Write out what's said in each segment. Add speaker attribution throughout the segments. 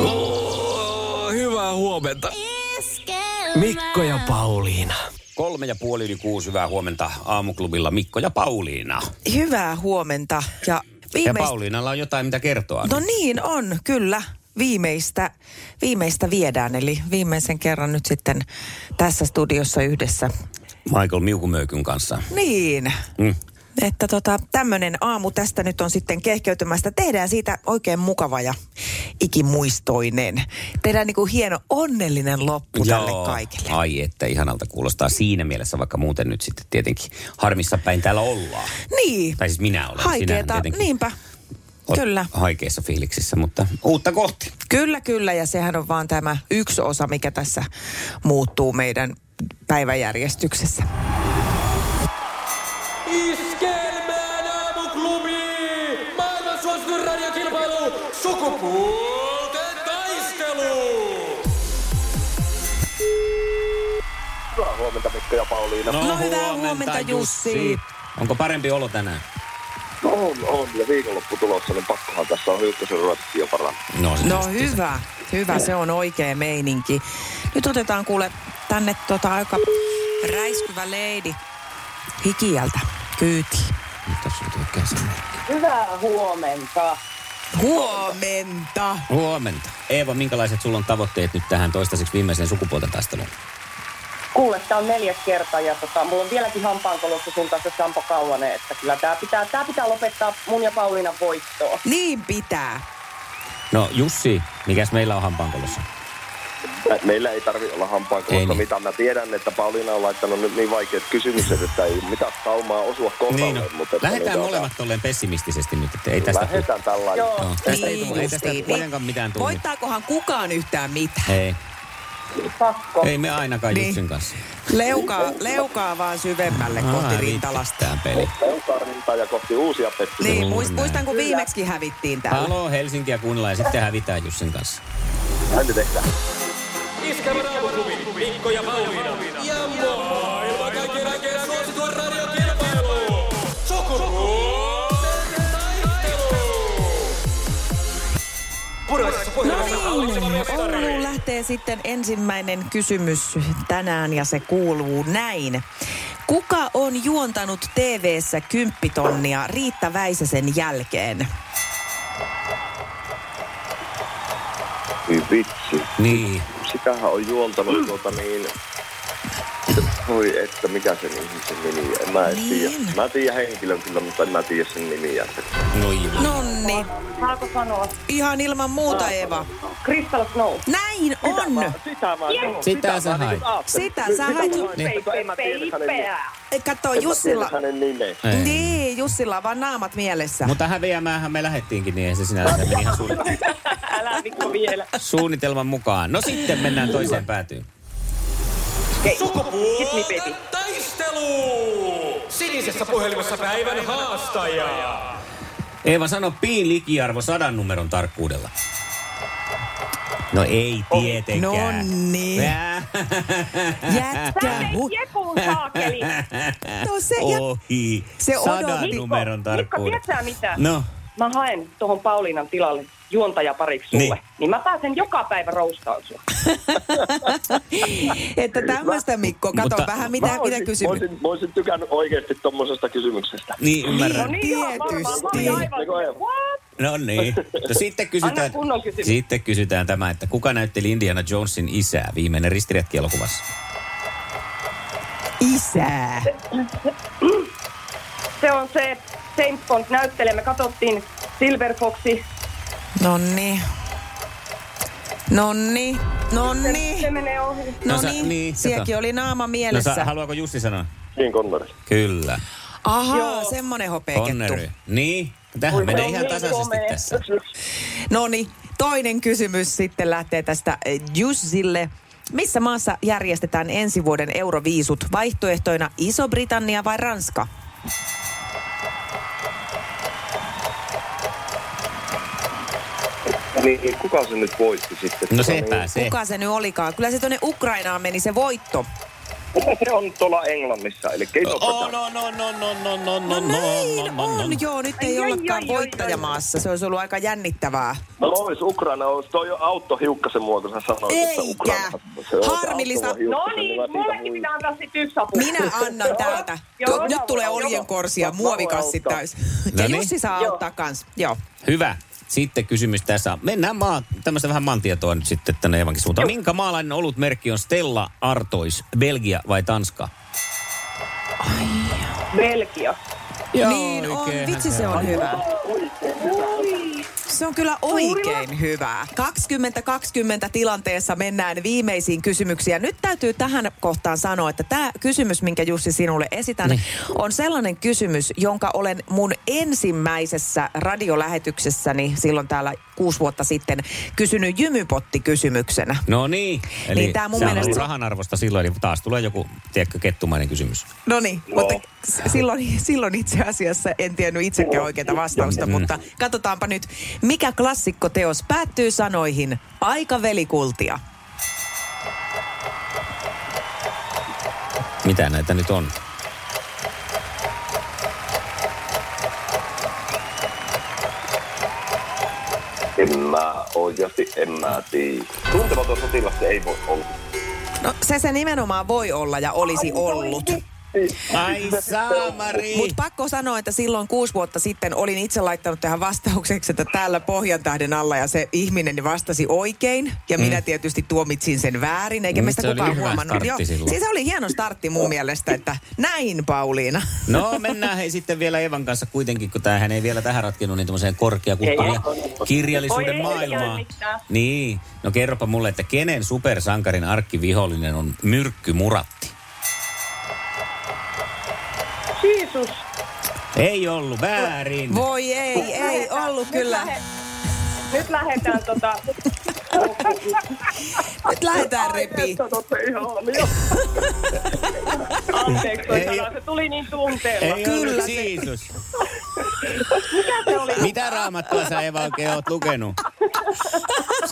Speaker 1: Oh, huomenta. Mikko ja Pauliina. Kolme ja puoli yli kuusi, hyvää huomenta aamuklubilla Mikko ja Pauliina.
Speaker 2: Hyvää huomenta ja
Speaker 1: Ja
Speaker 2: viimeistä...
Speaker 1: Pauliinalla on jotain, mitä kertoa.
Speaker 2: no niin on, kyllä. Viimeistä, viimeistä viedään, eli viimeisen kerran nyt sitten tässä studiossa yhdessä.
Speaker 1: Michael Miukumöykyn kanssa.
Speaker 2: Niin,
Speaker 1: Mm.
Speaker 2: että tota, tämmöinen aamu tästä nyt on sitten kehkeytymästä. Tehdään siitä oikein mukava ja ikimuistoinen. Tehdään niin kuin hieno onnellinen loppu Joo. tälle kaikille.
Speaker 1: Ai että ihanalta kuulostaa siinä mielessä, vaikka muuten nyt sitten tietenkin harmissa päin täällä ollaan.
Speaker 2: Niin,
Speaker 1: Tai siis minä olen. Sinähän
Speaker 2: haikeeta,
Speaker 1: tietenkin
Speaker 2: niinpä.
Speaker 1: oot
Speaker 2: Kyllä.
Speaker 1: Haikeissa fiiliksissä, mutta uutta kohti.
Speaker 2: Kyllä, kyllä. Ja sehän on vaan tämä yksi osa, mikä tässä muuttuu meidän päiväjärjestyksessä.
Speaker 3: Iskelmään aamuklubi! Maailman suosituin radiokilpailu! Sukupuolten taistelu!
Speaker 1: No,
Speaker 2: hyvää huomenta, Jussi.
Speaker 1: Onko parempi olo tänään?
Speaker 4: No on, on. Ja viikonloppu tulossa, niin pakkohan tässä on hyökkäisen ruotsikin jo parantaa.
Speaker 1: No, se
Speaker 2: No
Speaker 1: just-
Speaker 2: hyvä, hyvä. Se on oikea meininki. Nyt otetaan kuule tänne tota aika räiskyvä leidi hikiältä kyyti.
Speaker 1: Mitäs sun tykkää sinne?
Speaker 5: Hyvää huomenta.
Speaker 2: Huomenta.
Speaker 1: Huomenta. Eeva, minkälaiset sulla on tavoitteet nyt tähän toistaiseksi viimeiseen sukupuolten taisteluun?
Speaker 5: Kuule, tää on neljäs kerta ja tota, mulla on vieläkin hampaankolossa sun kanssa Sampo Kauanen, että kyllä tää pitää, tää pitää lopettaa mun ja Pauliinan voittoon.
Speaker 2: Niin pitää.
Speaker 1: No Jussi, mikäs meillä on hampaankolossa?
Speaker 4: Meillä ei tarvi olla
Speaker 1: Ei
Speaker 4: hampaankolosta
Speaker 1: niin.
Speaker 4: mitä. Mä tiedän, että Pauliina on laittanut nyt niin vaikeat kysymykset, että ei mitään saumaa osua kohdalle.
Speaker 1: no.
Speaker 4: mutta että
Speaker 1: Lähetään
Speaker 4: niin,
Speaker 1: molemmat tolleen pessimistisesti nyt, että ei
Speaker 4: Tota,
Speaker 1: tästä...
Speaker 4: lähetään tällainen.
Speaker 5: Joo.
Speaker 1: No, tästä ei, tule, ei tästä
Speaker 2: Niin justiin.
Speaker 1: kuitenkaan mitään tule.
Speaker 2: Voittaakohan kukaan yhtään mitään?
Speaker 1: Ei,
Speaker 5: Pakko.
Speaker 1: ei me ainakaan
Speaker 2: Niin.
Speaker 1: Jussin kanssa.
Speaker 2: Leukaa, leukaa vaan syvemmälle kohti
Speaker 1: Ai, vittu,
Speaker 2: rintalasta.
Speaker 1: Tää peli.
Speaker 4: Pelkaarintaa ja kohti uusia pettymyksiä.
Speaker 2: Niin, muist- muistan kun viimeksi hävittiin täällä.
Speaker 1: Halo Helsinkiä kuunnellaan ja sitten hävitään Jussin kanssa. Niin.
Speaker 4: Näin me tehdään.
Speaker 3: Iskelmään aamuklubi! Mikko ja Pauliina! Ja maailman kaikkien aikeen suosituin radiokilpailu! Sukupuolten taistelu! Purvassa
Speaker 2: No niin, Ouluun lähtee sitten ensimmäinen kysymys tänään ja se kuuluu näin. Kuka on juontanut TV-ssä kymppitonnia Riitta Väisäsen jälkeen?
Speaker 4: Niin vitsi.
Speaker 1: Niin.
Speaker 4: Sitähän on juontanut tuota niin... Voi että, mikä sen ihmisen nimi on. Mä en
Speaker 2: Niin.
Speaker 4: tiedä. Mä tiedän henkilön kyllä, mutta en mä tiedä sen nimiä.
Speaker 1: No juu.
Speaker 2: Nonni,
Speaker 5: Saako sanoa?
Speaker 2: ihan ilman muuta Eva.
Speaker 5: Crystal Snow.
Speaker 2: Näin on!
Speaker 4: Sitä mä yes.
Speaker 1: Sitä sä hait.
Speaker 2: Sitä sä hait...
Speaker 4: En mä tiedä hänen nimeä.
Speaker 2: Kato
Speaker 4: En mä tiedä
Speaker 2: Jussilla...
Speaker 4: hänen nimeä.
Speaker 1: Ei.
Speaker 2: Niin, Jussilla on vaan naamat mielessä.
Speaker 1: Mutta häviämäänhän me lähettiinkin, niin ei se sinänsä meni ihan suunnitelman,
Speaker 5: Älä Mikko vielä.
Speaker 1: suunnitelman mukaan. No sitten mennään toiseen päätyyn.
Speaker 3: Sukupuolten taistelu! Sinisessä puhelimessa päivän haastaja!
Speaker 1: Eeva, sano piin likiarvo sadan numeron tarkkuudella. No ei tietenkään.
Speaker 2: No niin.
Speaker 1: Äh,
Speaker 2: Jätkä... hu-
Speaker 5: Jekun saakeli.
Speaker 2: No se... jä-
Speaker 1: Ohi.
Speaker 2: Se
Speaker 1: sadan
Speaker 2: odotti.
Speaker 1: numeron
Speaker 5: Mikko,
Speaker 1: tarkkuudella.
Speaker 5: tiedätkö mitä?
Speaker 1: No,
Speaker 5: Mä haen tuohon Pauliinan tilalle juontajapariksi sulle,
Speaker 1: Niin.
Speaker 5: niin. niin mä pääsen joka päivä roustaan sua.
Speaker 2: Että tämmöistä Mikko, kato
Speaker 1: Mutta-
Speaker 2: vähän mitä,
Speaker 4: Mä
Speaker 2: mitä
Speaker 4: olisin- mä
Speaker 2: kysymys.
Speaker 4: olisin, mä olisin tykännyt oikeasti tommosesta kysymyksestä.
Speaker 1: niin
Speaker 5: No
Speaker 1: ymmärrän.
Speaker 5: niin, joo, varmaan. Mä olin
Speaker 2: Tietysti.
Speaker 5: aivan, silleen, what?
Speaker 1: No niin. No, sitten kysytään,
Speaker 5: Anna kunnon kysymys.
Speaker 1: sitten kysytään tämä, että kuka näytteli Indiana Jonesin isää viimeinen No ristiretkielokuvassa?
Speaker 2: Isää.
Speaker 5: Se on se James Bond näyttelijä. Me katsottiin Silver Foxi
Speaker 2: Nonni. Nonni.
Speaker 5: Se,
Speaker 2: Nonni.
Speaker 5: se menee ohi.
Speaker 1: No
Speaker 2: No
Speaker 1: sä- niin,
Speaker 2: niin,
Speaker 1: kato.
Speaker 2: sielläkin oli naama
Speaker 1: No sa,
Speaker 2: mielessä.
Speaker 1: haluaako Jussi sanoa?
Speaker 4: Sean Connery.
Speaker 1: Kyllä.
Speaker 2: Ahaa,
Speaker 5: Joo.
Speaker 2: semmonen
Speaker 1: Connery.
Speaker 2: hopeakettu.
Speaker 1: Niin. Tähän menee
Speaker 5: on
Speaker 1: ihan
Speaker 5: niin
Speaker 1: tasaisesti
Speaker 5: komea.
Speaker 1: tässä.
Speaker 2: No niin, toinen kysymys sitten lähtee tästä eh, Jussille. Missä maassa järjestetään ensi vuoden euroviisut? Vaihtoehtoina Iso-Britannia vai Ranska?
Speaker 4: Niin, kuka se nyt voitti sitten?
Speaker 1: No
Speaker 4: Tota niin,
Speaker 1: sepä se.
Speaker 2: Kuka se nyt olikaan? Kyllä se tuonne Ukrainaan meni se voitto.
Speaker 4: Niin, Se on tuolla Englannissa, eli ei
Speaker 1: Oh, no, no, no, no, no, no, no,
Speaker 2: No näin on, joo. Nyt ei
Speaker 5: Ai, ai,
Speaker 2: ollakaan
Speaker 5: ai, ai,
Speaker 2: voittajamaassa. Se olisi ollut aika jännittävää.
Speaker 4: No Lois Ukraina olisi, toi on autto hiukkasen mua, kun sä sanoit, että
Speaker 2: Eikä.
Speaker 4: Ukraina.
Speaker 2: Harmillista.
Speaker 5: No niin, mullekin pitää antaa sitten yksi apu.
Speaker 2: Minä annan täältä.
Speaker 5: Joo,
Speaker 2: Tu- Nyt
Speaker 5: joo,
Speaker 2: tulee
Speaker 5: joo,
Speaker 2: oljenkorsia,
Speaker 4: joo.
Speaker 2: muovikassi
Speaker 4: Mä voin
Speaker 2: täys. Ja
Speaker 1: niin.
Speaker 2: Jussi saa
Speaker 5: Joo.
Speaker 2: auttaa kans. Joo.
Speaker 1: Hyvä. Sitten kysymys tässä. Mennään maa, tämmöistä vähän maantietoa nyt sitten tänne Evankin suuntaan. Minkä maalainen olutmerkki on Stella Artois, Belgia vai Tanska?
Speaker 5: Belgia.
Speaker 2: Niin on, vitsi se on hyvä. Se on kyllä oikein hyvä. 2020 tilanteessa mennään viimeisiin kysymyksiin. Ja Nyt täytyy tähän kohtaan sanoa, että tämä kysymys, minkä Jussi sinulle esitän,
Speaker 1: Niin.
Speaker 2: on sellainen kysymys, jonka olen mun ensimmäisessä radiolähetyksessäni silloin täällä kuusi vuotta sitten kysynyt jymypottikysymyksenä.
Speaker 1: No niin. Eli
Speaker 2: Niin
Speaker 1: niin,
Speaker 2: tää mun
Speaker 1: mun sehän
Speaker 2: mielestä
Speaker 1: on
Speaker 2: se-
Speaker 1: rahan arvosta silloin, eli taas tulee joku, tiedätkö, kettumainen kysymys.
Speaker 2: No niin,
Speaker 4: Joo.
Speaker 2: mutta s- silloin, silloin itse asiassa en tiennyt itsekään oikeita vastausta,
Speaker 1: Mm.
Speaker 2: mutta katsotaanpa nyt, mikä klassikkoteos päättyy sanoihin Aika velikultia.
Speaker 1: Mitä näitä nyt on?
Speaker 4: En mä oikeasti, en mä tiedä. Tuntematon sotilas se ei voi olla.
Speaker 2: No se se nimenomaan voi olla ja olisi ollut.
Speaker 1: niin. Ai saamari!
Speaker 2: Mutta pakko sanoa, että silloin kuusi vuotta sitten olin itse laittanut tähän vastaukseksi, että täällä Pohjantähden alla ja se ihminen vastasi oikein. Ja mm. minä tietysti tuomitsin sen väärin, eikä
Speaker 1: Mm,
Speaker 2: meistä
Speaker 1: se oli
Speaker 2: kukaan
Speaker 1: hyvä
Speaker 2: huomannut.
Speaker 1: startti silloin.
Speaker 2: siis se oli hieno startti mun mielestä, että näin Pauliina.
Speaker 1: No mennään hei sitten vielä Evan kanssa kuitenkin, kun tämähän ei vielä tähän ratkennut, niin tämmöiseen korkeakulttuuri- ja kirjallisuuden
Speaker 5: Voi ei,
Speaker 1: maailmaan.
Speaker 5: ei käy mitään.
Speaker 1: Niin, no kerropa mulle, että kenen supersankarin arkkivihollinen on Myrkky Muratti?
Speaker 5: Jeesus.
Speaker 1: Ei ollut väärin.
Speaker 2: Voi ei, ei ollut kyllä.
Speaker 5: Nyt, lähe, nyt lähdetään tota...
Speaker 2: Nyt lähdetään repiin.
Speaker 5: Anteeksi, toi
Speaker 1: Ei.
Speaker 5: sana, se tuli niin tunteella.
Speaker 1: Ei
Speaker 2: Kyllä
Speaker 1: ollut
Speaker 2: se-
Speaker 1: Jeesus. Mitä raamattua sä Eva oikein oot lukenut?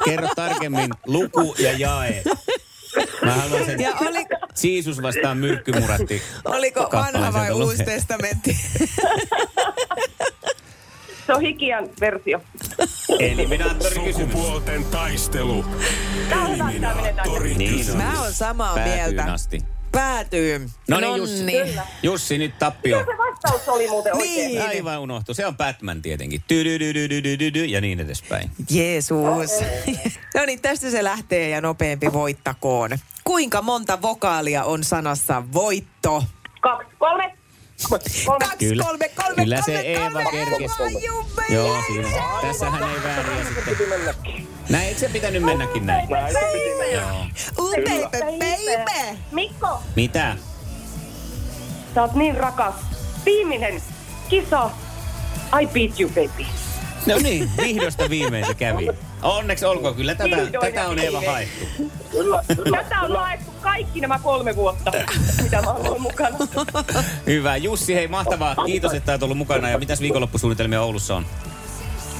Speaker 1: Kerro tarkemmin luku ja jae. Mä haluaisin
Speaker 2: Ja oli,
Speaker 1: Jeesus vastaan myrkkymuratti.
Speaker 2: oliko
Speaker 1: kappaleen
Speaker 2: vanha vai
Speaker 1: sieltä lukea.
Speaker 2: uusi testamentti?
Speaker 5: Se on hikian versio.
Speaker 1: Eliminaattori kysymys.
Speaker 6: Sukupuolten taistelu.
Speaker 5: Tää on hyvä, että tää menee tänne.
Speaker 6: Eliminaattori.
Speaker 1: Niin on.
Speaker 2: Mä oon samaa
Speaker 1: Päätyyn
Speaker 2: mieltä.
Speaker 1: asti.
Speaker 2: Päätyy.
Speaker 1: No niin, Jussi. Jussi, nyt tappio.
Speaker 5: Se vastaus oli muuten oikein.
Speaker 2: Niin.
Speaker 1: Aivan unohtu. Se on Batman tietenkin. Tydydydydydydydy ja niin edespäin.
Speaker 2: Jeesus. No niin, tästä se lähtee ja nopeampi voittakoon. Kuinka monta vokaalia on sanassa voitto?
Speaker 5: Kaksi, kolme. Kolme.
Speaker 2: Kaksi,
Speaker 1: Kyllä.
Speaker 2: kolme, kolme,
Speaker 1: Kyllä
Speaker 2: kolme,
Speaker 1: se Eeva
Speaker 2: kolme,
Speaker 1: kerkesi.
Speaker 2: kolme. Jumala,
Speaker 1: Joo,
Speaker 2: jumala.
Speaker 1: siinä. Tässähän ei vääriä sitten. Näin, eikö se pitänyt mennäkin näin?
Speaker 4: Näin se piti mennä.
Speaker 1: Joo.
Speaker 2: Upeipe, peipe.
Speaker 5: Mikko,
Speaker 1: Mitä?
Speaker 5: sä oot niin rakas. Viimeinen kisa. I beat you, baby.
Speaker 1: No niin, vihdosta viimein se kävi. Onneksi olkoon kyllä. Tätä,
Speaker 5: Vihdoin
Speaker 1: tätä on
Speaker 5: ja
Speaker 1: Eeva
Speaker 5: viimein.
Speaker 1: haettu.
Speaker 4: Kyllä, kyllä.
Speaker 5: Tätä on laettu kaikki nämä kolme vuotta, mitä mä oon ollut mukana.
Speaker 1: Hyvä. Jussi, hei mahtavaa. Kiitos, että olet ollut mukana. Ja mitäs viikonloppusuunnitelmia Oulussa on?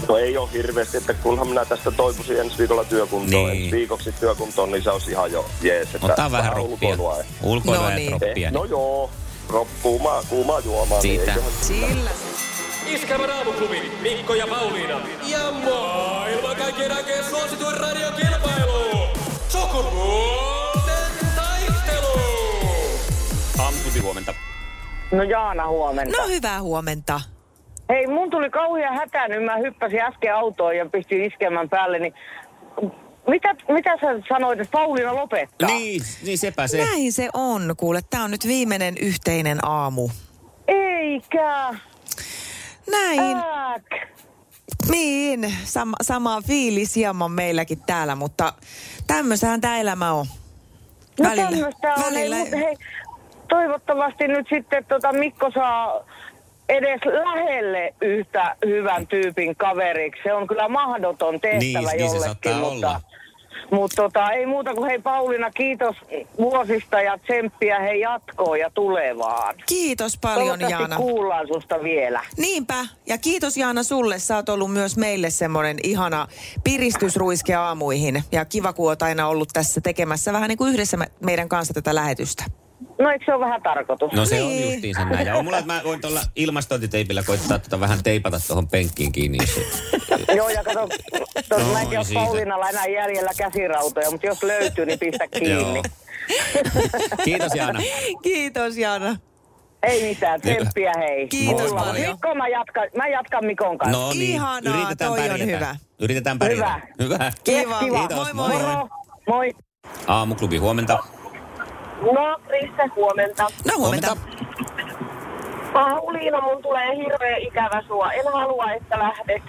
Speaker 4: No ei ole hirveästi, että kunhan minä tästä toipuisin ensi viikolla työkuntoon,
Speaker 1: Niin.
Speaker 4: niin. ensi viikoksi työkuntoon, niin se olisi ihan jo jees. Että
Speaker 1: Ottaa vähän roppia.
Speaker 4: ulkoilua. Eh,
Speaker 1: Ulkoilua
Speaker 2: No
Speaker 1: ja
Speaker 2: niin.
Speaker 1: roppia.
Speaker 4: no joo, Roppu, kuumaa, kuumaa juomaa.
Speaker 1: Siitä.
Speaker 4: eiköhän-
Speaker 2: Sillä se.
Speaker 3: Iskävän aamuklubi, Mikko ja Pauliina. Ja maailman kaikkien aikeen suosituen radiokilpailu. Sukupuolten taistelu.
Speaker 1: Amputi huomenta.
Speaker 7: No Jaana huomenta.
Speaker 2: No hyvää huomenta.
Speaker 7: Hei, mun tuli kauhea hätä, niin mä hyppäsin äsken autoon ja pistin iskemään päälle, niin mitä, mitä sä sanoit, että Pauliina lopettaa?
Speaker 1: Niin, niin sepä se.
Speaker 2: Näin se on, kuule. Tämä on nyt viimeinen yhteinen aamu.
Speaker 7: Eikä.
Speaker 2: Näin.
Speaker 7: Ääk.
Speaker 2: Niin, sama, sama fiilis hieman meilläkin täällä, mutta tämmösähän tämä elämä on.
Speaker 7: No
Speaker 2: Välillä-
Speaker 7: tämmöstä on.
Speaker 2: välillä-
Speaker 7: Hei, mut hei, toivottavasti nyt sitten tota Mikko saa edes lähelle yhtä hyvän tyypin kaveriksi. Se on kyllä mahdoton tehtävä
Speaker 1: Niin, niin se
Speaker 7: jollekin,
Speaker 1: saattaa
Speaker 7: mutta,
Speaker 1: olla.
Speaker 7: mutta tota, ei muuta kuin hei Pauliina, kiitos vuosista ja tsemppiä hei jatkoon ja tulevaan.
Speaker 2: Kiitos paljon,
Speaker 7: Toivottavasti
Speaker 2: Jaana.
Speaker 7: kuullaan susta vielä.
Speaker 2: Niinpä. Ja kiitos Jaana sulle. Sä oot ollut myös meille semmoinen ihana piristysruiske aamuihin. Ja kiva, kun oot aina ollut tässä tekemässä vähän niin kuin yhdessä me- meidän kanssa tätä lähetystä.
Speaker 7: No eikö se ole vähän tarkoitus?
Speaker 1: No se on
Speaker 2: Niin.
Speaker 1: justiinsa näin. Ja on mulla, että mä voin tuolla ilmastointiteipillä koittaa tota vähän teipata tuohon penkkiin kiinni. Jos...
Speaker 7: Joo, ja kato, tos,
Speaker 1: No,
Speaker 7: mä en tiedä,
Speaker 1: siitä.
Speaker 7: Pauliinalla enää jäljellä käsirautoja, mutta jos löytyy, niin pistä kiinni.
Speaker 1: Joo. Kiitos Jaana.
Speaker 2: Kiitos Jana.
Speaker 7: Ei mitään,
Speaker 1: Niin.
Speaker 7: tsemppiä hei.
Speaker 2: Kiitos
Speaker 7: Mulla on.
Speaker 2: paljon.
Speaker 7: Mikko, mä jatkan, mä jatkan Mikon kanssa.
Speaker 1: No niin,
Speaker 2: Ihanaa,
Speaker 1: yritetään
Speaker 2: toi on
Speaker 1: pärjätä.
Speaker 2: hyvä.
Speaker 1: Yritetään pärjätä. Hyvä.
Speaker 2: Kiva.
Speaker 7: Kiva.
Speaker 1: Kiitos,
Speaker 2: Moi
Speaker 1: moi.
Speaker 2: moi.
Speaker 7: Moro, moi.
Speaker 1: Aamuklubi, huomenta.
Speaker 6: No, Kriste, huomenta.
Speaker 2: No huomenta.
Speaker 6: Pauliina, mun tulee hirveä ikävä sua. En halua, että lähdet.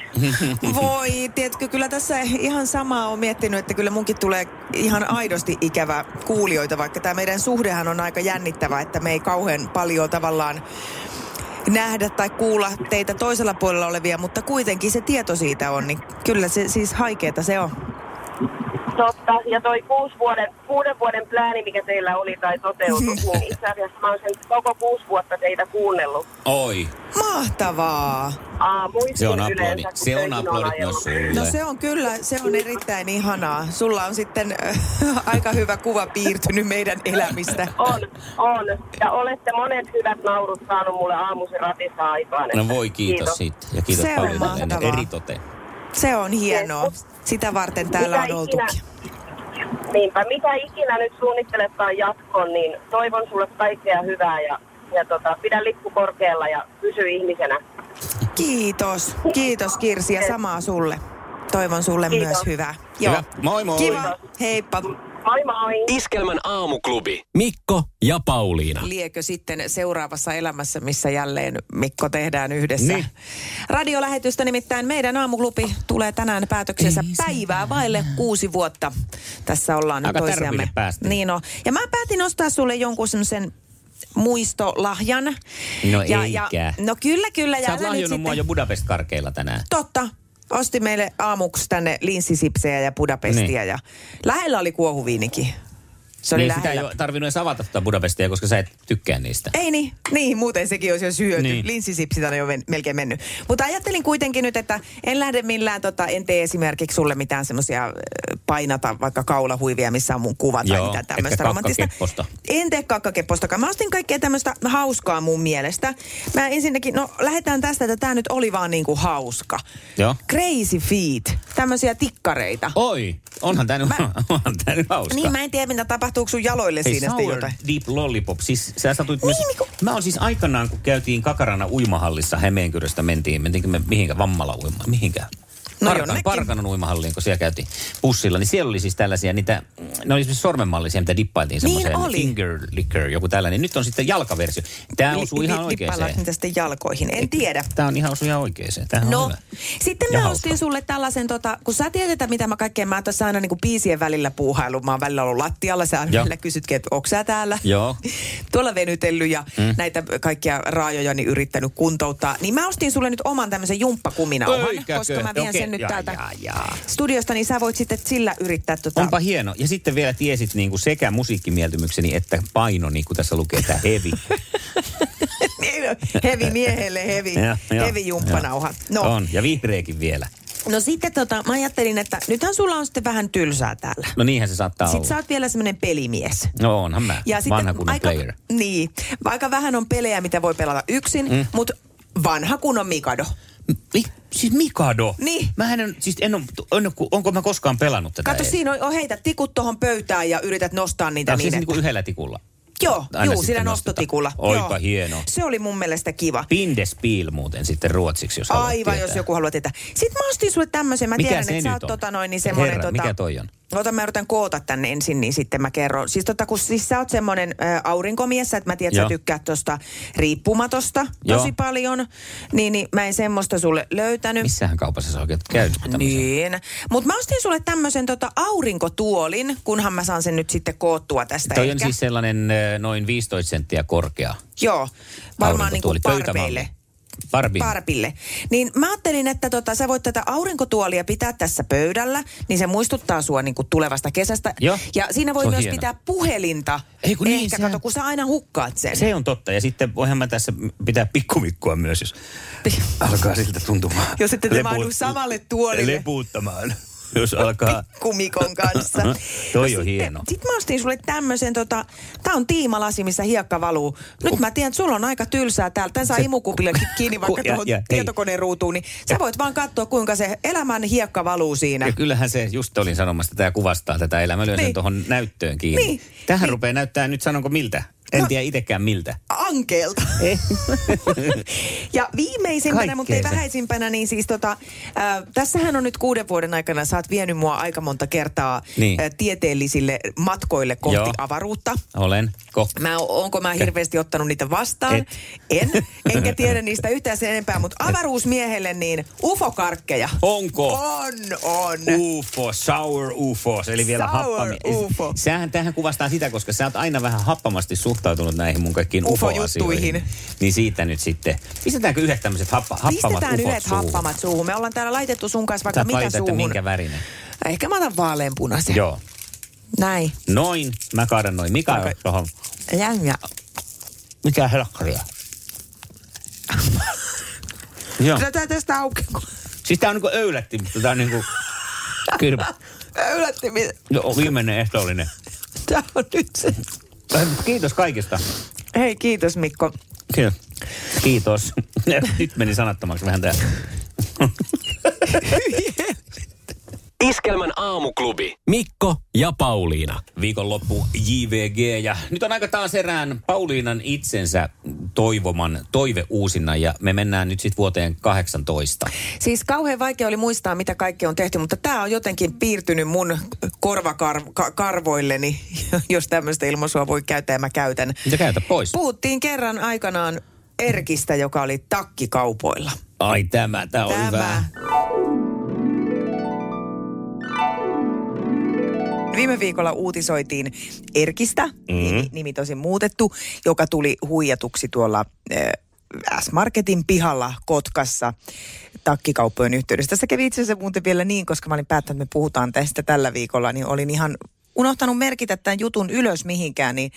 Speaker 2: Voi, tiedätkö, kyllä tässä ihan samaa on miettinyt, että kyllä munkin tulee ihan aidosti ikävä kuulijoita, vaikka tämä meidän suhdehan on aika jännittävä, että me ei kauhean paljon tavallaan nähdä tai kuulla teitä toisella puolella olevia, mutta kuitenkin se tieto siitä on, niin kyllä se siis haikeeta se on.
Speaker 6: Totta. Ja toi kuusi vuoden, kuuden vuoden plääni, mikä teillä oli tai toteutus, niin itse asiassa mä oon sen koko kuusi vuotta teitä kuunnellut.
Speaker 1: Oi,
Speaker 2: Mahtavaa!
Speaker 6: Aamuisin
Speaker 1: se on
Speaker 6: yleensä,
Speaker 1: aplodit.
Speaker 6: kun
Speaker 1: Se on
Speaker 6: töihin
Speaker 1: aplodit
Speaker 6: ajellut.
Speaker 1: myös sulle.
Speaker 2: No se on kyllä, se on erittäin ihanaa. Sulla on sitten äh, aika hyvä kuva piirtynyt meidän elämistä.
Speaker 6: On, on. Ja olette monet hyvät naurut saanut mulle aamuisin ratissa aikaan.
Speaker 1: No
Speaker 6: että
Speaker 1: voi kiitos, siitä. Ja kiitos
Speaker 2: Se on
Speaker 1: paljon tänne.
Speaker 2: mahtavaa.
Speaker 1: Eri toteen.
Speaker 2: Se on hienoa. Sitä varten täällä on
Speaker 6: Mitä
Speaker 2: oltukin.
Speaker 6: ikinä- Niinpä, mitä ikinä nyt suunnitteletkaan jatkoon, niin toivon sulle kaikkea hyvää ja, ja tota, pidä lippu korkealla ja pysy ihmisenä.
Speaker 2: Kiitos. Kiitos Kirsi ja samaa sulle. Toivon sulle
Speaker 6: Kiitos.
Speaker 2: myös hyvää.
Speaker 1: Hyvä. Moi moi.
Speaker 2: Kiva. Heippa.
Speaker 6: Moi moi!
Speaker 3: Iskelmän aamuklubi. Mikko ja Pauliina.
Speaker 2: Liekö sitten seuraavassa elämässä, missä jälleen Mikko tehdään yhdessä?
Speaker 1: Niin.
Speaker 2: Radiolähetystä nimittäin meidän aamuklubi tulee tänään päätöksensä päivää vaille kuusi vuotta. Tässä ollaan
Speaker 1: Aika
Speaker 2: nyt
Speaker 1: tärmille
Speaker 2: toisiamme.
Speaker 1: päästiin.
Speaker 2: Niin on. Ja mä päätin ostaa sulle jonkun semmoisen muistolahjan.
Speaker 1: No
Speaker 2: ja,
Speaker 1: eikä.
Speaker 2: ja, No kyllä, kyllä. Ja
Speaker 1: Sä oot
Speaker 2: älä nyt
Speaker 1: lahjonnut mua
Speaker 2: sitten-
Speaker 1: jo Budapest-karkeilla tänään.
Speaker 2: Totta. Osti meille aamuksi tänne linssisipsejä ja Budapestia.
Speaker 1: Niin.
Speaker 2: Ja lähellä oli kuohuviinikin. Se oli
Speaker 1: niin sitä ei
Speaker 2: lähellä.
Speaker 1: ole tarvinnut edes avata tätä Budapestia, koska sä et tykkää niistä.
Speaker 2: Ei niin, niin, muuten sekin olisi jo syöty. Niin.
Speaker 1: Niin.
Speaker 2: Linssisipsit on jo men- melkein mennyt. Mutta ajattelin kuitenkin nyt, että en lähde millään, tota, en tee esimerkiksi sulle mitään semmoisia painata vaikka kaulahuivia, missä on mun kuva tai
Speaker 1: Joo,
Speaker 2: mitään
Speaker 1: etkä
Speaker 2: tämmöistä romanttista.
Speaker 1: kakkakepposta.
Speaker 2: En tee kakkakeppostakaan. Mä ostin kaikkea tämmöistä hauskaa mun mielestä. Mä ensinnäkin, no lähdetään tästä, että tämä nyt oli vaan niinku hauska.
Speaker 1: Joo.
Speaker 2: Crazy Feet, tämmöisiä tikkareita.
Speaker 1: Oi, onhan tää nyt,
Speaker 2: Mä-
Speaker 1: onhan tää nyt hauska.
Speaker 2: Niin mä en tiedä, mitä tapahtuu sun jaloille
Speaker 1: Hei,
Speaker 2: siinä sitten
Speaker 1: Sour
Speaker 2: jotain.
Speaker 1: Deep Lollipop. Siis sä satuit
Speaker 2: Niin,
Speaker 1: myös...
Speaker 2: niin kuin-
Speaker 1: Mä oon siis aikanaan, kun käytiin Kakarana uimahallissa Hämeenkyröstä, mentiin, mentiinkö me mihinkä vammalla uima, mihinkä?
Speaker 2: No
Speaker 1: Parkan,
Speaker 2: jonnekin.
Speaker 1: Parkanon uimahalliin, kun siellä käytiin bussilla, niin siellä oli siis tällaisia niitä, ne oli esimerkiksi sormenmallisia, mitä dippailtiin
Speaker 2: Niin
Speaker 1: semmoiseen
Speaker 2: oli.
Speaker 1: finger liquor, joku tällainen. Niin Nyt on sitten jalkaversio. Tää
Speaker 2: Li-
Speaker 1: osuu
Speaker 2: li-
Speaker 1: ihan
Speaker 2: lippailla
Speaker 1: oikeeseen.
Speaker 2: niitä sitten jalkoihin, en tiedä.
Speaker 1: Tää on ihan osuu ihan oikeeseen. Tämähän on
Speaker 2: No,
Speaker 1: hyvä.
Speaker 2: sitten
Speaker 1: Ja
Speaker 2: mä
Speaker 1: hauska.
Speaker 2: ostin sulle tällaisen, tota, kun sä tiedät, että mitä mä kaikkea, mä oon tässä aina niinku biisien välillä puuhailu. Mä oon välillä ollut lattialla, sä aina
Speaker 1: Joo.
Speaker 2: välillä kysytkin, että onko sä täällä?
Speaker 1: Joo.
Speaker 2: Tuolla venytellyt ja mm. näitä kaikkia raajoja niin yrittänyt kuntouttaa. Niin mä ostin sulle nyt oman tämmöisen jumppakuminauhan,
Speaker 1: Eikäkö?
Speaker 2: koska mä vien
Speaker 1: Okei,
Speaker 2: sen nyt
Speaker 1: jaa,
Speaker 2: täältä
Speaker 1: jaa, jaa.
Speaker 2: studiosta, niin sä voit sitten sillä yrittää tota...
Speaker 1: Onpa hieno. Ja sitten vielä tiesit niin kuin sekä musiikkimieltymykseni että paino, niin kuin tässä lukee tämä hevi.
Speaker 2: Niin, hevi miehelle, hevi,
Speaker 1: Joo, joo,
Speaker 2: hevi jumppanauha.
Speaker 1: joo.
Speaker 2: No,
Speaker 1: On, ja vihreäkin vielä.
Speaker 2: no sitten tota, mä ajattelin, että nythän sulla on sitten vähän tylsää täällä.
Speaker 1: No niinhän se saattaa
Speaker 2: Sitten
Speaker 1: olla.
Speaker 2: sä oot vielä semmoinen pelimies.
Speaker 1: No onhan mä,
Speaker 2: Ja sitten
Speaker 1: vanha kunnon
Speaker 2: aika,
Speaker 1: player.
Speaker 2: Niin, aika vähän on pelejä, mitä voi pelata yksin, mm. mutta vanha kunnon Mikado.
Speaker 1: Mi, siis Mikado?
Speaker 2: Niin.
Speaker 1: Mä en, siis en on, on, onko mä koskaan pelannut tätä?
Speaker 2: Kato,
Speaker 1: ei?
Speaker 2: siinä on, on heitä tikut tuohon pöytään ja yrität nostaa niitä
Speaker 1: Tää on
Speaker 2: niin,
Speaker 1: siis
Speaker 2: että-
Speaker 1: niin kuin yhdellä tikulla.
Speaker 2: Joo,
Speaker 1: aina
Speaker 2: juu,
Speaker 1: sitten
Speaker 2: sillä
Speaker 1: nostetaan.
Speaker 2: nostotikulla.
Speaker 1: Oipa
Speaker 2: Joo.
Speaker 1: hieno.
Speaker 2: Se oli mun mielestä kiva.
Speaker 1: Pindespiel muuten sitten ruotsiksi, jos haluat
Speaker 2: Aivan,
Speaker 1: tietää.
Speaker 2: jos joku haluaa tietää. Sitten mä ostin sulle tämmöisen, mä
Speaker 1: Mikä
Speaker 2: tiedän,
Speaker 1: se
Speaker 2: että sä
Speaker 1: nyt
Speaker 2: oot
Speaker 1: on?
Speaker 2: tota noin, niin semmoinen
Speaker 1: Herra,
Speaker 2: tota...
Speaker 1: mikä toi on?
Speaker 2: Ota, mä yritän koota tänne ensin, niin sitten mä kerron. Siis tota, kun siis sä oot semmoinen ä, aurinkomies, sä- että mä tiedän, että sä
Speaker 1: Joo.
Speaker 2: tykkäät tosta riippumatosta
Speaker 1: Joo.
Speaker 2: tosi paljon, niin, niin mä en semmoista sulle löytänyt.
Speaker 1: Missähän kaupassa sä oikein käynyt kun tämmöisen?
Speaker 2: Niin. Mutta mä ostin sulle tämmöisen tota aurinkotuolin, kunhan mä saan sen nyt sitten koottua tästä.
Speaker 1: Toi on
Speaker 2: ehkä.
Speaker 1: siis sellainen ö, noin 15 senttiä korkea
Speaker 2: Joo, varmaan niin kuin
Speaker 1: aurinkotuoli.
Speaker 2: parveille.
Speaker 1: Pöytämalli. Parvi.
Speaker 2: Parpille. Niin mä ajattelin, että tota, sä voit tätä aurinkotuolia pitää tässä pöydällä, niin se muistuttaa sua niin kuin tulevasta kesästä.
Speaker 1: Joo.
Speaker 2: Ja siinä voi
Speaker 1: Se on
Speaker 2: myös
Speaker 1: hieno.
Speaker 2: pitää puhelinta.
Speaker 1: Ei kun niin,
Speaker 2: Ehkä,
Speaker 1: se-
Speaker 2: kato, kun sä aina hukkaat sen.
Speaker 1: Se on totta. Ja sitten voihan mä tässä pitää pikkumikkua myös, jos alkaa siltä tuntumaan.
Speaker 2: Jos ette te mahdu samalle tuolille.
Speaker 1: Lepuuttamaan. jos alkaa...
Speaker 2: Kumikon kanssa.
Speaker 1: Toi
Speaker 2: No
Speaker 1: on
Speaker 2: sitten-
Speaker 1: hieno.
Speaker 2: Sit mä ostin sulle tämmöisen, tota, tää on tiimalasi, missä hiekka valuu.
Speaker 1: Oh.
Speaker 2: Nyt mä tiedän, että sulla on aika tylsää täällä. Tän saa imukupille kiinni
Speaker 1: Ku-
Speaker 2: vaikka
Speaker 1: ja-
Speaker 2: tuohon
Speaker 1: ja- hei.
Speaker 2: tietokoneen ruutuun, niin sä voit vaan katsoa, kuinka se elämän hiekka valuu siinä.
Speaker 1: Ja kyllähän se, just olin sanomassa, että tämä kuvastaa tätä elämää. Mä lyön sen
Speaker 2: Niin.
Speaker 1: tuohon näyttöön kiinni.
Speaker 2: Niin. No.
Speaker 1: Tähän rupeaa näyttää nyt, sanonko miltä? En tiedä itsekään miltä.
Speaker 2: Ankeelta. ja viimeisimpänä, mutta ei
Speaker 1: Kaikkea se.
Speaker 2: vähäisimpänä, niin siis tota, äh, tässähän on nyt kuuden vuoden aikana, sä oot vienyt mua aika monta kertaa
Speaker 1: Niin.
Speaker 2: äh, tieteellisille matkoille kohti
Speaker 1: Joo.
Speaker 2: avaruutta.
Speaker 1: Olen. Ko.
Speaker 2: Mä, o- onko mä hirveästi ottanut niitä vastaan?
Speaker 1: Et.
Speaker 2: En, enkä tiedä niistä yhtään sen enempää, mutta avaruusmiehelle niin ufokarkkeja.
Speaker 1: Onko?
Speaker 2: On, on.
Speaker 1: UFO, sour UFO, eli vielä
Speaker 2: Sour
Speaker 1: happami.
Speaker 2: UFO.
Speaker 1: Sähän tähän kuvastaa sitä, koska sä oot aina vähän happamasti suhtautunut näihin mun kaikkiin
Speaker 2: UFO-juttuihin.
Speaker 1: UFO-asioihin. Niin siitä nyt sitten. Pistetäänkö yhdet tämmöiset happa, happamat
Speaker 2: Pistetään
Speaker 1: UFOt
Speaker 2: yhdet
Speaker 1: suuhun?
Speaker 2: happamat suuhun. Me ollaan täällä laitettu sun kanssa vaikka
Speaker 1: Saat
Speaker 2: mitä
Speaker 1: valita, että
Speaker 2: suuhun.
Speaker 1: minkä värinen.
Speaker 2: Ehkä mä otan vaaleanpunaisen.
Speaker 1: Joo.
Speaker 2: Näin.
Speaker 1: Noin. Mä kaadan noin. Mikä on tuohon?
Speaker 2: Jämjä.
Speaker 1: Mikä helkkaria? Joo.
Speaker 2: Tätä tästä auki. kun
Speaker 1: Siis tää on niinku öylätti, mutta tää on niinku... Kyrpä.
Speaker 2: Yllätti, mitä.
Speaker 1: Joo, viimeinen ehtoollinen.
Speaker 2: Tää on nyt se.
Speaker 1: Kiitos kaikista.
Speaker 2: Hei, kiitos Mikko.
Speaker 1: Kiitos. Kiitos. Nyt meni sanattomaksi vähän tää.
Speaker 3: Iskelmän aamuklubi. Mikko ja Pauliina.
Speaker 1: Viikonloppu JVG ja nyt on aika taas erään Pauliinan itsensä toivoman toiveuusinnan ja me mennään nyt sitten vuoteen 18.
Speaker 2: Siis kauhean vaikea oli muistaa, mitä kaikki on tehty, mutta tämä on jotenkin piirtynyt mun korvakarvoilleni, jos tämmöistä ilmaisua voi käyttää ja mä käytän.
Speaker 1: Ja käytä pois.
Speaker 2: Puhuttiin kerran aikanaan Erkistä, joka oli takkikaupoilla.
Speaker 1: Ai tämä, tämä on hyvä.
Speaker 2: Viime viikolla uutisoitiin Erkistä,
Speaker 1: Mhm.
Speaker 2: nimi, nimi tosin muutettu, joka tuli huijatuksi tuolla äh, S-Marketin pihalla Kotkassa takkikauppojen yhteydessä. Tässä kävi itse asiassa muuten vielä niin, koska mä olin päättänyt, että me puhutaan tästä tällä viikolla, niin olin ihan unohtanut merkitä tämän jutun ylös mihinkään, niin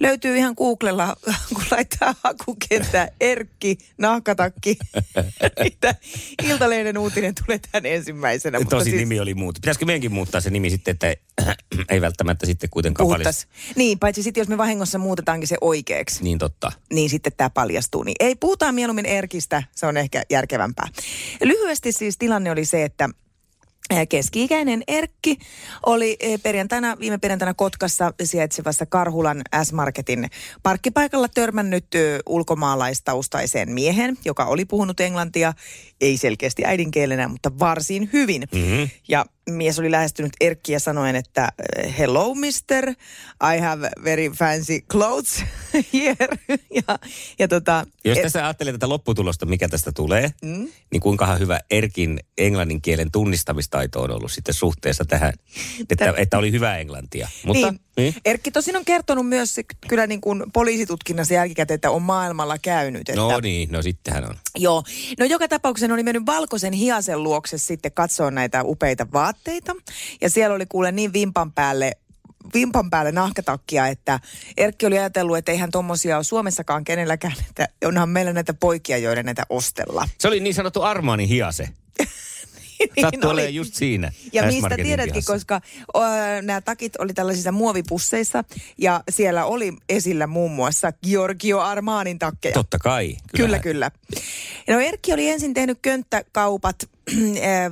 Speaker 2: löytyy ihan Googlella, kun laittaa hakukenttää Erkki, nahkatakki. Niitä Iltalehden uutinen tulee tämän ensimmäisenä. mutta siis-
Speaker 1: Tosi nimi oli muuta. Pitäisikö meidänkin muuttaa se nimi sitten, että ei- ei välttämättä sitten kuitenkaan paljasta.
Speaker 2: puhuttaisiin. Niin, paitsi sitten jos me vahingossa muutetaankin se oikeaksi, niin,
Speaker 1: Niin totta.
Speaker 2: niin sitten tämä paljastuu. Niin ei, puhutaan mieluummin Erkistä, se on ehkä järkevämpää. Lyhyesti siis tilanne oli se, että eh, Keski-ikäinen Erkki oli eh, perjantaina, viime perjantaina Kotkassa sijaitsevassa Karhulan S-Marketin parkkipaikalla törmännyt ö, ulkomaalaistaustaiseen miehen, joka oli puhunut englantia, ei selkeästi äidinkielenä, mutta varsin hyvin. Mm-hmm. Ja mies oli lähestynyt Erkkiä sanoen, että eh, hello mister, I have very fancy clothes here. ja, ja tota,
Speaker 1: Jos tässä ajattelee tätä lopputulosta, mikä tästä tulee, mm. niin kuinkahan hyvä Erkin englannin kielen tunnistamistaito on ollut sitten suhteessa tähän, että, että oli hyvä englantia. Mutta,
Speaker 2: niin. Niin. Erkki tosin on kertonut myös se- kyllä niin kuin poliisitutkinnassa jälkikäteen, että on maailmalla käynyt. Että,
Speaker 1: No niin, no sittenhän on.
Speaker 2: Joo. No joka tapauksessa ne oli mennyt valkoisen hiasen luokse sitten katsoa näitä upeita vaatteita. Ja siellä oli kuule niin vimpan päälle vimpan päälle nahkatakkia, että Erkki oli ajatellut, että eihän tommosia ole Suomessakaan kenelläkään, että onhan meillä näitä poikia, joiden näitä ostella.
Speaker 1: Se oli niin sanottu Armani hiase. Sattui
Speaker 2: Niin oli.
Speaker 1: olemaan just siinä.
Speaker 2: Ja mistä
Speaker 1: S-Marketin
Speaker 2: tiedätkin,
Speaker 1: pihassa.
Speaker 2: koska ö, nämä takit oli tällaisissa muovipusseissa ja siellä oli esillä muun muassa Giorgio Armanin takkeja.
Speaker 1: Totta kai.
Speaker 2: Kyllä,
Speaker 1: kyllähän.
Speaker 2: kyllä. No Erkki oli ensin tehnyt könttäkaupat äh,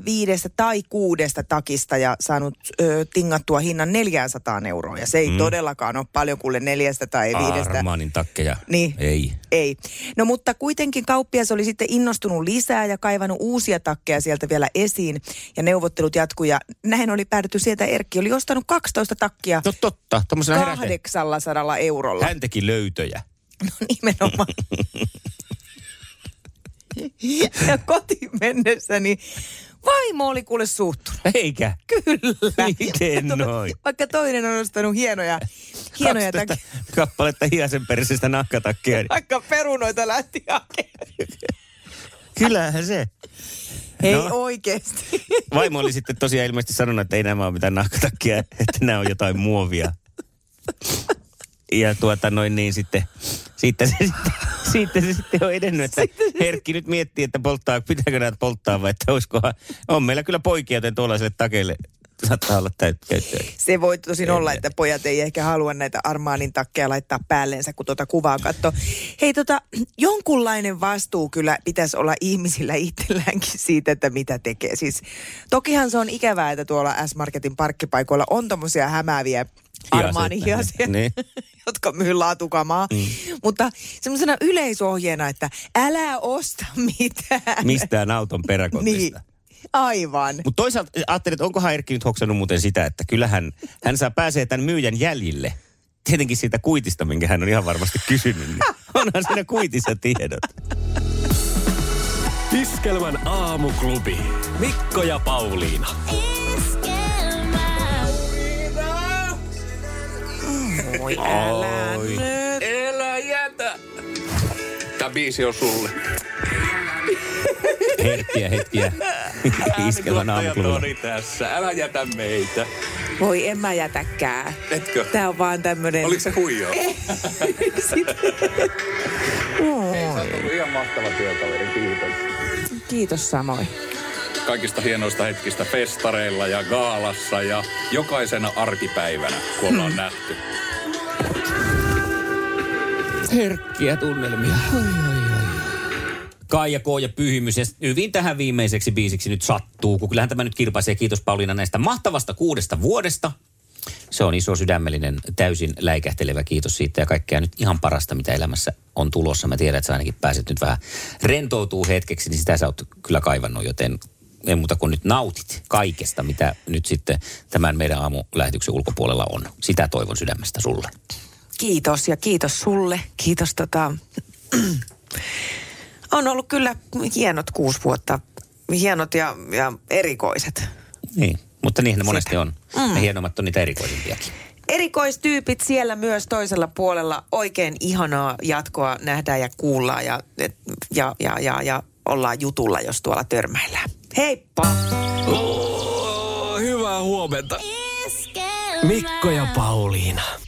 Speaker 2: viidestä tai kuudesta takista ja saanut ö, tingattua hinnan 400 euroa. Ja se ei mm. todellakaan ole paljon kuule neljästä tai viidestä.
Speaker 1: Armanin takkeja.
Speaker 2: Niin.
Speaker 1: Ei.
Speaker 2: Ei. No mutta kuitenkin kauppias oli sitten innostunut lisää ja kaivannut uusia takkeja sieltä vielä esiin. Ja neuvottelut jatkuu ja näin oli päädytty sieltä. Erkki oli ostanut 12 takkia
Speaker 1: No totta, tuommoisena heräte.
Speaker 2: 800 eurolla.
Speaker 1: Hän teki löytöjä.
Speaker 2: No nimenomaan. ja kotiin mennessä, niin vaimo oli kuule suuttunut.
Speaker 1: Eikä.
Speaker 2: Kyllä.
Speaker 1: Miten
Speaker 2: Vaikka to-
Speaker 1: noin?
Speaker 2: Vaikka toinen on ostanut hienoja, hienoja
Speaker 1: Kaksitoista
Speaker 2: takia.
Speaker 1: kappaletta hiasen perisestä nahkatakkia. niin
Speaker 2: Vaikka perunoita lähti hakemaan.
Speaker 1: Kyllähän se.
Speaker 2: Ei
Speaker 1: No.
Speaker 2: oikeesti.
Speaker 1: Vaimo oli sitten tosiaan ilmeisesti sanonut, että ei nämä ole mitään nahkatakkia, että nämä on jotain muovia. Ja tuota noin niin sitten, sitten se sitten Siitä se sitten on edennyt, että Herkki nyt miettii, että polttaa, pitääkö näitä polttaa vai että olisikohan, on meillä kyllä poikia, joten tuollaiselle takeille saattaa olla täyttä käyttöä.
Speaker 2: Se voi tosin olla, että pojat ei ehkä halua näitä armaanin takkeja laittaa päälleensä, kun tuota kuvaa katsoo. Hei tota, jonkunlainen vastuu kyllä pitäisi olla ihmisillä itselläänkin siitä, että mitä tekee. Siis tokihan se on ikävää, että tuolla S-Marketin parkkipaikoilla on tommosia hämääviä armaani hiasia,
Speaker 1: Niin.
Speaker 2: jotka myy laatukamaa. Mm. Mutta semmoisena yleisohjeena, että älä osta mitään.
Speaker 1: Mistään auton
Speaker 2: Niin,
Speaker 1: peräkontista.
Speaker 2: aivan.
Speaker 1: Mutta toisaalta ajattelin, että onkohan Erkki nyt hoksannut muuten sitä, että kyllähän hän saa pääsee tämän myyjän jäljille. Tietenkin siitä kuitista, minkä hän on ihan varmasti kysynyt. Niin onhan siinä kuitissa tiedot.
Speaker 3: Iskelmän aamuklubi. Mikko ja Pauliina.
Speaker 2: Voi älä nyt.
Speaker 8: Elä jätä. Tämä biisi on sulle.
Speaker 1: Hetkiä, hetkiä. Iskelmän
Speaker 8: Äänituottaja
Speaker 1: aamuklubilla.
Speaker 8: Toni tässä. Älä jätä meitä.
Speaker 2: Voi en mä jätäkään.
Speaker 8: Etkö?
Speaker 2: Tää on vaan tämmönen...
Speaker 8: Oliko se huijaa?
Speaker 9: Ihan mahtava työkaveri, kiitos.
Speaker 2: Kiitos samoin.
Speaker 8: Kaikista hienoista hetkistä festareilla ja gaalassa ja jokaisena arkipäivänä, kun ollaan nähty.
Speaker 1: Herkkiä tunnelmia. Kaija K. ja Pyhimys. Ja hyvin tähän viimeiseksi biisiksi nyt sattuu, kun kyllähän tämä nyt kirpaisee. Kiitos Pauliina näistä mahtavasta kuudesta vuodesta. Se on iso sydämellinen, täysin läikähtelevä kiitos siitä ja kaikkea nyt ihan parasta, mitä elämässä on tulossa. Mä tiedän, että sä ainakin pääset nyt vähän rentoutuu hetkeksi, niin sitä sä oot kyllä kaivannut, joten ei muuta kuin nyt nautit kaikesta, mitä nyt sitten tämän meidän aamulähetyksen ulkopuolella on. Sitä toivon sydämestä sulle.
Speaker 2: Kiitos ja kiitos sulle. Kiitos tota... On ollut kyllä hienot kuusi vuotta. Hienot ja, ja erikoiset.
Speaker 1: Niin, mutta niin ne monesti on. Mm. Ja hienommat on niitä erikoisimpiakin.
Speaker 2: Erikoistyypit siellä myös toisella puolella. Oikein ihanaa jatkoa nähdään ja kuullaan ja, et- ja, ja, ja, ja ollaan jutulla, jos tuolla törmäillään. Heippa!
Speaker 3: Oh, hyvää huomenta. Mikko ja Pauliina.